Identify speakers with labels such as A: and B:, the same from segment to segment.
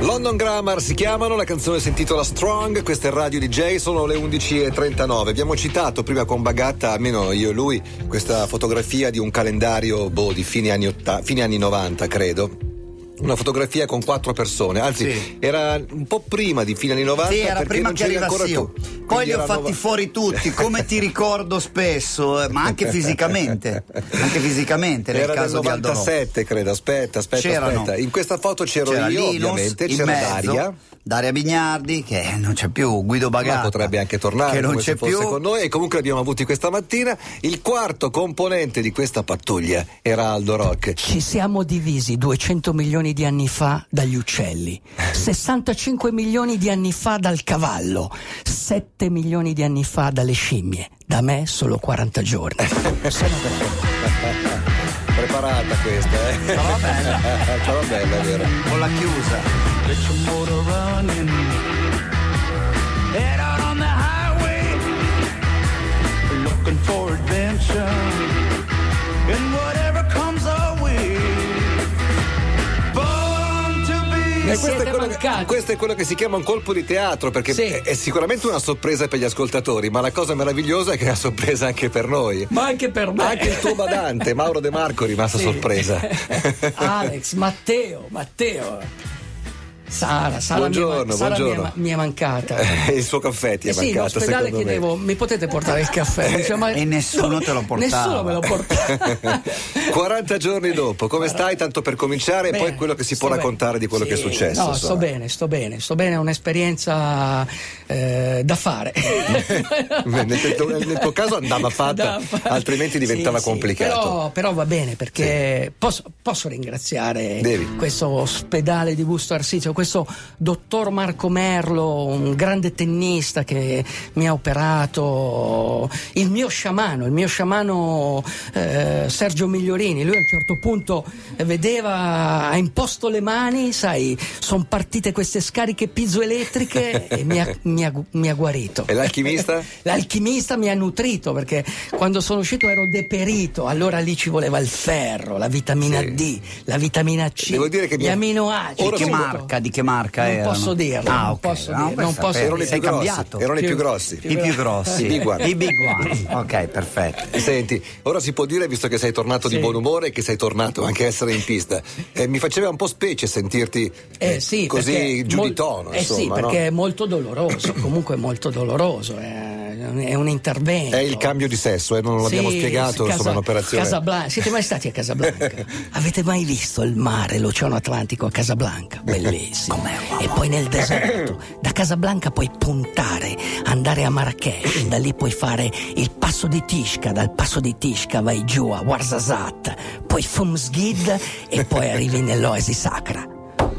A: London Grammar si chiamano, la canzone si intitola Strong, questa è Radio DJ, sono le 11.39. Abbiamo citato prima con Bagatta, almeno io e lui, questa fotografia di un calendario boh, di fine anni, otta- fine anni 90, credo. Una fotografia con quattro persone, anzi
B: Sì.
A: era un po' prima di fine anni 90
B: Sì, era
A: perché
B: prima
A: non
B: che
A: c'eri ancora
B: arrivassi
A: tu.
B: io. Poi
A: Quindi
B: li ho
A: era
B: fatti
A: nova-
B: fuori tutti, come ti ricordo spesso, eh, ma anche fisicamente. Anche fisicamente nel
A: Era
B: caso
A: del 97 credo, aspetta, aspetta,
B: C'erano.
A: aspetta. In questa foto
B: di
A: c'ero
B: Aldo. C'era
A: io
B: Linus
A: ovviamente,
B: in
A: c'era
B: mezzo,
A: Daria.
B: Daria Bignardi, che non c'è più, Guido Bagatta.
A: Ma potrebbe anche tornare
B: Che non
A: come
B: c'è
A: se fosse
B: più.
A: con noi e comunque l'abbiamo avuti questa mattina il quarto componente di questa pattuglia era Aldo Rock
C: Ci siamo divisi 200 milioni di anni fa dagli uccelli,
A: Eh.
C: 65 milioni di anni fa dal cavallo, 7 milioni di anni fa dalle scimmie. Da me solo 40
A: Eh.
C: giorni.
A: preparata questa eh
B: Però bella,
A: però bella è vero
B: con la chiusa.
D: Get your motor running. Head out on the highway. Looking for adventure. And whatever comes our way. Born to be.
A: E
C: Mi
A: questo,
C: siete
A: è quello che,
C: mancati.
A: questo è quello che si chiama un colpo di teatro perché
C: Sì.
A: è, è sicuramente una sorpresa per gli ascoltatori ma la cosa meravigliosa è che è una sorpresa anche per noi
C: Ma anche per me.
A: anche il tuo badante Mauro De Marco è rimasto sorpresa
C: Alex, Matteo, Matteo. Sara, Sara,
A: Buongiorno,
C: mi, è, Sara mi è-
A: buongiorno.
C: mi è mancata.
A: il suo caffè ti è
C: Eh sì, in
A: mancato
C: ospedale
A: secondo me
C: chiedevo, mi potete portare il caffè? Dice, ma-
B: E nessuno te lo portava.
C: Nessuno me lo portava.
A: 40 giorni dopo, come stai? Tanto per cominciare, e poi
C: Bene,
A: quello che si può
C: sto
A: raccontare
C: bene.
A: di quello
C: Sì.
A: che è successo.
C: No, sto
A: insomma.
C: bene, sto bene, sto bene, è un'esperienza eh, da fare.
A: Beh, nel, tuo, nel tuo caso andava fatta,
C: Da fare.
A: altrimenti diventava
C: Sì, sì,
A: complicato.
C: però, però va bene perché posso, posso ringraziare
A: Devi.
C: questo ospedale di Busto Arsizio, questo dottor Marco Merlo, un grande tennista che mi ha operato, il mio sciamano, il mio sciamano eh, Sergio Migliorini. Lui a un certo punto eh, vedeva, ha imposto le mani, sai, sono partite queste scariche piezoelettriche e mi ha- mi ha gu- mi ha guarito.
A: E l'alchimista?
C: L'alchimista mi ha nutrito perché quando sono uscito ero deperito, allora lì ci voleva il ferro, la vitamina
A: Sì.
C: D, la vitamina C,
A: Devo dire che
C: gli
A: mi-
C: aminoacidi.
B: Di
A: Ora
B: che
A: sono-
C: tutto.
B: marca? Di che marca
C: Non
B: erano?
C: posso dirlo,
B: Ah,
C: non
B: ok.
C: posso
B: No,
C: dirlo,
B: per
C: non posso
B: sapere.
A: Erano i
B: Sei
A: più grossi,
B: cambiato.
A: erano i più grossi.
B: I più grossi.
A: I big one.
B: I big one. Ok, perfetto.
A: Senti, ora si può dire, visto che sei tornato di
C: Sì.
A: buon umore e che sei tornato anche a essere in pista, eh, mi faceva un po' specie sentirti eh,
C: Eh, sì,
A: così
C: perché
A: giù di
C: mol-
A: tono.
C: Eh
A: insomma,
C: sì,
A: no?
C: perché è molto doloroso, comunque è molto doloroso, è, è un intervento.
A: È il cambio di sesso, eh, non l'abbiamo
C: Sì,
A: spiegato,
C: Casa-
A: insomma, è un'operazione.
C: Casablanca. Siete mai stati a Casablanca? Avete mai visto il mare, l'oceano Atlantico a Casablanca? Bellissimo. E poi nel deserto. Da Casablanca puoi puntare, andare a Marrakesh, da lì puoi fare il passo di Tishka, dal passo di Tishka vai giù a Warzazat, poi Fumsgid e poi arrivi nell'Oasi Sacra.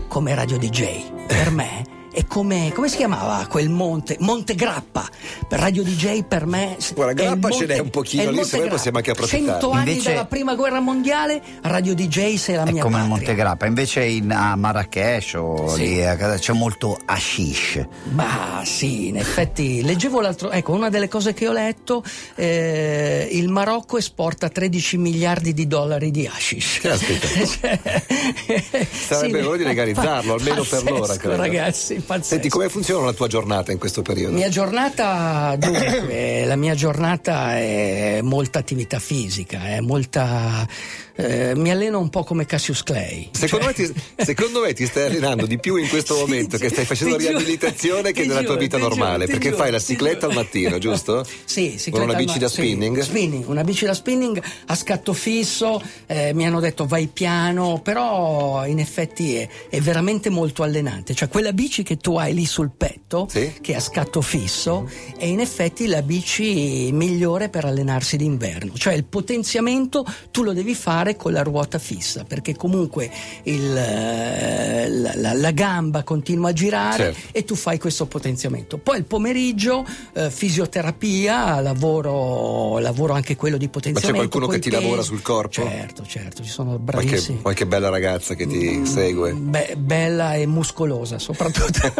C: Come Radio DJ. Per me è come, come si chiamava quel monte? Monte Grappa. Per Radio DJ per me
A: Guarda,
C: è il
A: grappa ce
C: monte-
A: n'è un pochino
C: è il
A: lì,
C: monte
A: se vuoi
C: grappa.
A: possiamo anche approfittare.
C: 100 anni
B: Invece-
C: dalla prima guerra mondiale, Radio DJ sei la
B: È
C: mia
B: come il
C: patria.
B: Montegrappa, invece in, a Marrakesh o
C: Sì.
B: lì a casa c'è molto hashish.
C: Ma sì, in effetti leggevo l'altro, ecco, una delle cose che ho letto, eh, il Marocco esporta 13 miliardi di dollari di hashish. Cioè,
A: Caspita. Sarebbe ora di legalizzarlo, almeno per l'ora, credo.
C: ragazzi, pazzesco.
A: Senti, come funziona la tua giornata in questo periodo?
C: Mia giornata, dunque, la mia giornata è molta attività fisica, è molta. eh, mi alleno un po' come Cassius Clay. Cioè
A: Secondo, me ti, secondo me ti stai allenando di più in questo
C: Sì,
A: momento
C: sì,
A: che stai facendo
C: ti giuro,
A: riabilitazione che
C: ti
A: nella tua
C: giuro,
A: vita
C: ti giuro,
A: normale,
C: ti
A: perché
C: giuro,
A: fai la
C: ti
A: cicletta al
C: giuro.
A: mattino, giusto?
C: Sì,
A: Con
C: cicletta
A: una
C: al
A: bici
C: ma-
A: da
C: sì,
A: spinning.
C: spinning, una bici da spinning a scatto fisso, eh, mi hanno detto vai piano, però in effetti è, è veramente molto allenante, cioè quella bici che tu hai lì sul petto,
A: Sì.
C: che è a scatto fisso, è in effetti la bici migliore per allenarsi d'inverno, cioè il potenziamento tu lo devi fare con la ruota fissa, perché comunque il, eh, la, la- la gamba continua a girare
A: Certo.
C: e tu fai questo potenziamento. Poi il pomeriggio eh, fisioterapia, lavoro, lavoro anche quello di potenziamento.
A: qualcuno
C: coi
A: che ti lavora
C: pesi.
A: sul corpo?
C: Certo, certo, ci sono
A: Qualche,
C: bravissimi.
A: qualche bella ragazza che ti
C: Mm.
A: segue.
C: Be- bella e muscolosa soprattutto.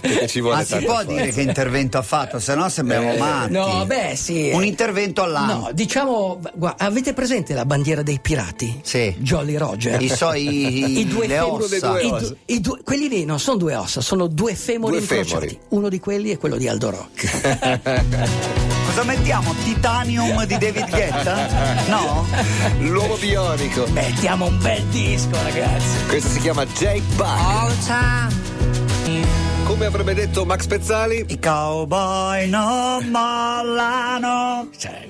A: Perché ci vuole
B: Ma si
A: tanta
B: può
A: forza.
B: dire che intervento ha fatto, se no sembriamo
A: Eh,
B: matti.
C: No, beh, sì.
B: Un intervento all'anno.
C: No, diciamo, gua- avete presente la bandiera dei pirati?
B: Sì.
C: Jolly Roger.
B: I so- i-
C: I due
B: le
C: femori-
A: Uno dei due
C: i
A: ossa.
C: du- i due- quelli lì non sono due ossa, sono due femori
A: Due
C: incrociati.
A: femori.
C: Uno di quelli è quello di Aldo Rock.
B: Cosa mettiamo? Titanium di David Guetta? No?
A: L'uomo bionico.
C: Mettiamo un bel disco, ragazzi.
A: Questo si chiama Jake Buck. Come avrebbe detto Max Pezzali,
B: I cowboy non mollano.
C: Cioè,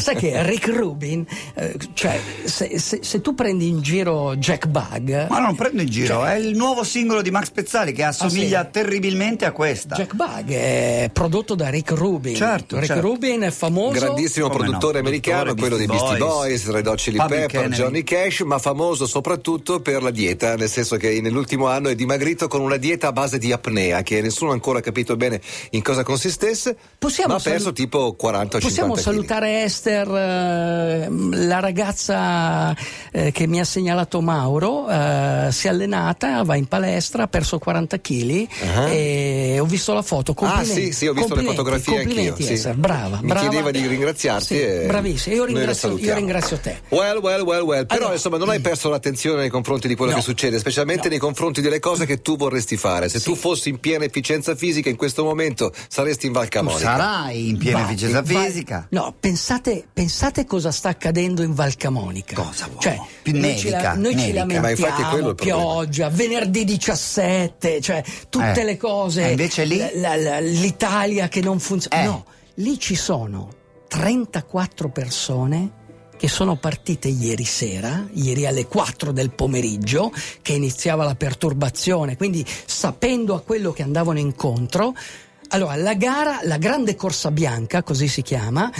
C: sai che Rick Rubin, eh, cioè, se, se- se tu prendi in giro Jack Bug,
B: Ma non prendo in giro, è il nuovo singolo di Max Pezzali che assomiglia
C: Cioè Ah, sì? Cioè,
B: terribilmente a questa.
C: Jack Bug è prodotto da Rick Rubin.
B: Certo,
C: Rick
B: certo.
C: Rubin è famoso.
A: grandissimo
B: Come
A: produttore
B: no,
A: americano,
B: produttore
A: quello dei Beastie Boys, Red Hot Chili
B: Public
A: Pepper,
B: Enemy.
A: Johnny Cash, ma famoso soprattutto per la dieta, nel senso che nell'ultimo anno è dimagrito con una dieta a base di apnea, che nessuno ancora ha capito bene in cosa consistesse,
C: Possiamo
A: ma ha perso
C: salu-
A: tipo 40 o 50
C: Possiamo
A: chili.
C: salutare Esther, eh, la ragazza eh, che mi ha segnalato Mauro, eh, si è allenata, va in palestra, ha perso 40 kg e ho visto la foto.
A: Ah
C: Complimenti,
A: sì, sì, ho visto le
C: complimenti,
A: fotografie anch'io.
C: complimenti,
A: sì.
C: Esther, brava,
A: Mi
C: brava.
A: chiedeva di ringraziarti.
C: Sì,
A: e
C: bravissima, io
A: noi la
C: ringrazio- io
A: salutiamo.
C: ringrazio te.
A: Well, well, well, well. Però
C: Allora-
A: insomma non hai perso l'attenzione nei confronti di quello
C: No.
A: che succede, specialmente
C: No.
A: nei confronti delle cose che tu vorresti fare. Se tu fossi in piena efficienza fisica in questo momento saresti in Val Camonica.
B: Sarai in piena
C: Va-
B: efficienza
C: va-
B: fisica.
C: No, pensate, pensate cosa sta accadendo in Valcamonica.
B: Cosa vuoi?
C: Cioè,
B: Più
C: noi ci,
B: nevica,
C: la- noi ci
B: nevica.
A: Ma infatti è quello
C: lamentiamo,
A: il problema.
C: pioggia, venerdì 17, cioè tutte
B: Eh.
C: le cose.
B: E invece lì?
C: la- la- L'Italia che non funziona.
B: Eh.
C: No, lì ci sono 34 persone che sono partite ieri sera, ieri alle 4 del pomeriggio, che iniziava la perturbazione, quindi sapendo a quello che andavano incontro, allora la gara, la grande corsa bianca, così si chiama,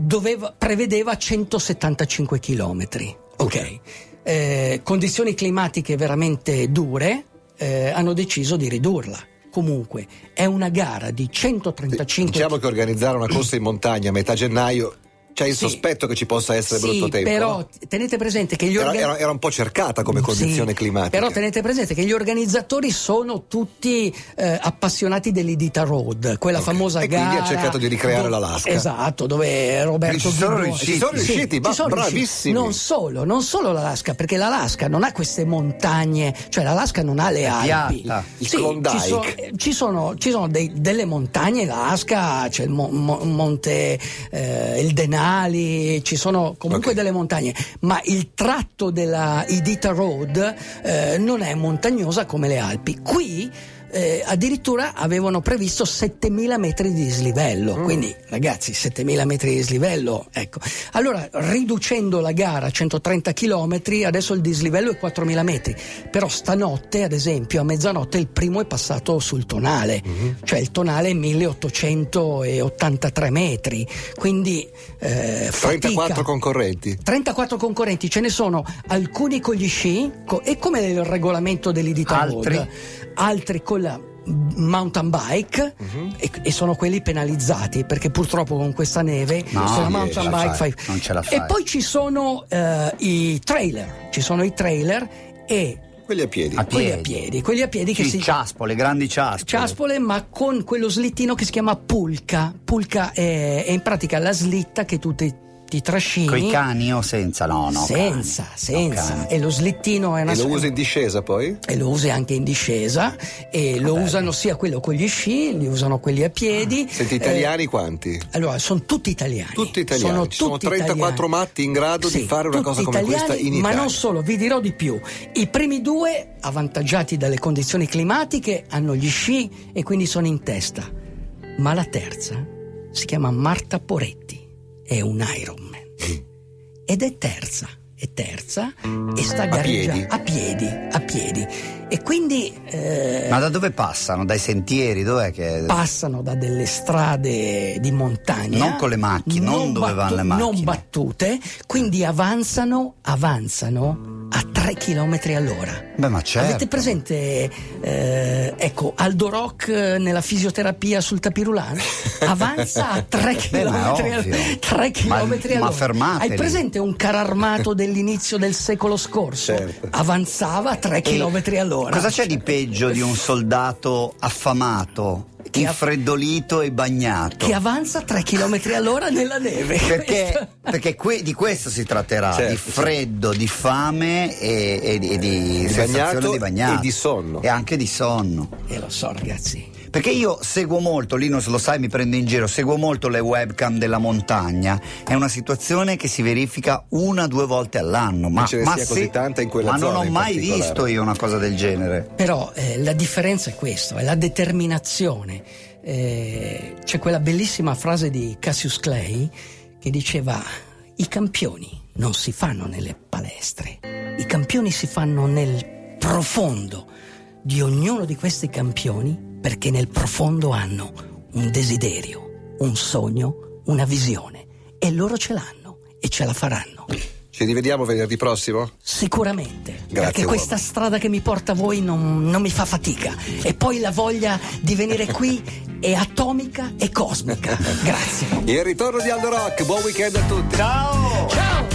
C: doveva- prevedeva 175 km, ok? Eh, condizioni climatiche veramente dure, eh, hanno deciso di ridurla. Comunque è una gara di 135
A: Diciamo che organizzare una corsa in montagna a metà gennaio c'è il
C: Sì.
A: sospetto che ci possa essere
C: sì,
A: brutto tempo.
C: Però
A: no?
C: tenete presente che gli
A: era,
C: organi-
A: era- era un po' cercata come condizione
C: Sì,
A: climatica.
C: Però tenete presente che gli organizzatori sono tutti eh, appassionati dell'Edita Road, quella
A: Ok.
C: famosa
A: E
C: gara.
A: quindi ha cercato di ricreare
C: do-
A: l'Alaska.
C: Esatto, dove Roberto
B: Ci sono
C: Ghigo-
B: riusciti.
A: Ci sono riusciti, ma
C: ci sono riusciti.
A: bravissimi.
C: Non solo, non solo l'Alaska, perché l'Alaska non ha queste montagne, cioè l'Alaska non ha le Alpi.
B: piatta.
A: Il
C: Sì,
A: Klondike.
C: ci, so- eh, ci sono, ci sono dei- delle montagne in Alaska, c'è il mo- mo- Monte eh, il Denali, ci sono comunque
A: Ok.
C: delle montagne, ma il tratto della Idita Road eh, non è montagnosa come le Alpi. Qui eh, addirittura avevano previsto 7000 metri di dislivello, quindi ragazzi 7000 metri di dislivello, ecco. Allora riducendo la gara a 130 km, adesso il dislivello è 4000 metri, però stanotte ad esempio a mezzanotte il primo è passato sul tonale, cioè il tonale è 1883 metri, quindi eh,
A: 34
C: fatica.
A: concorrenti.
C: 34 concorrenti, ce ne sono alcuni con gli sci co- e come il regolamento dell'Idita
B: Altri?
C: Road, altri con la mm, mountain bike
B: Mhm.
C: e, e sono quelli penalizzati perché purtroppo con questa neve
B: No,
C: sulla
B: non
C: mountain
B: ce la
C: bike
B: fai,
C: fai-
B: non ce la
C: e
B: fai.
C: poi ci sono eh, i trailer ci sono i trailer e
A: Quelli a piedi.
B: A
C: quelli a
B: Piedi.
C: piedi quelli a piedi che
B: Sì,
C: si
B: ciaspole, grandi ciaspole.
C: ciaspole ma con quello slittino che si chiama pulca pulca è, è in pratica la slitta che tu ti, ti trascini
B: Coi cani o senza? No, no.
C: senza,
B: cani.
C: senza.
B: No, cani.
C: E lo slittino è una
A: E lo usa in discesa poi?
C: e lo usi anche in discesa e
A: Ah,
C: lo usano sia quello con gli sci, li usano quelli a piedi.
A: Senti,
C: Eh,
A: italiani quanti?
C: allora, sono tutti italiani.
A: Tutti italiani. Ci sono
C: tutti
A: 34
C: italiani.
A: matti in grado di
C: Sì,
A: fare una
C: tutti
A: cosa come
C: italiani,
A: questa in
C: Ma
A: Italia.
C: non solo, vi dirò di più. I primi due, avvantaggiati dalle condizioni climatiche, hanno gli sci e quindi sono in testa. Ma la terza si chiama Marta Poretti, è un Ironman.
A: Mm.
C: Ed è terza, è terza e sta gareggiando
A: piedi?
C: a piedi, a piedi. E quindi eh,
B: Ma da dove passano? Dai sentieri? Dov'è che.
C: passano da delle strade di montagna.
B: Non con le macchine, non dove vanno le macchine.
C: Non battute, quindi avanzano, avanzano a 3 km all'ora.
B: Beh, ma certo.
C: Avete presente, eh, ecco, Aldo Rock eh, nella fisioterapia sul tapirulano? Avanza a 3
B: Beh,
C: km
B: ma è ovvio.
C: all'ora.
B: Ma- ma
C: all'ora.
B: fermateli.
C: Hai presente un carro armato dell'inizio del secolo scorso?
A: Certo.
B: Eh,
C: Avanzava a 3 km all'ora.
B: Cosa c'è di peggio di un soldato affamato?
C: che, av-
B: infreddolito e bagnato.
C: che avanza 3 km all'ora nella neve.
B: Perché, perché que- di questo si tratterà,
A: Certo,
B: di freddo, di fame e, e di- e di,
A: Di
B: sensazione
A: bagnato
B: di bagnato.
A: e di sonno.
B: E anche di sonno.
C: E lo so, ragazzi.
B: Perché io seguo molto, Linus lo sai, mi prendo in giro, seguo molto le webcam della montagna. È una situazione che si verifica una o due volte all'anno. Ma,
A: ce ne
B: ma
A: sia
B: sì,
A: così tanta in quella
B: ma
A: zona
B: non ho
A: in
B: mai
A: particolare.
B: visto io una cosa del genere.
C: Però eh, la differenza è questa, è la determinazione. Eh, c'è quella bellissima frase di Cassius Clay che diceva i campioni non si fanno nelle palestre, i campioni si fanno nel profondo di ognuno di questi campioni perché nel profondo hanno un desiderio, un sogno, una visione e loro ce l'hanno e ce la faranno.
A: Ci rivediamo venerdì prossimo?
C: Sicuramente, perché
A: uomo.
C: questa strada che mi porta a voi non, non mi fa fatica. E poi la voglia di venire qui è atomica e cosmica. Grazie.
A: Il ritorno di Aldo Rock, buon weekend a tutti!
B: Ciao!
C: Ciao!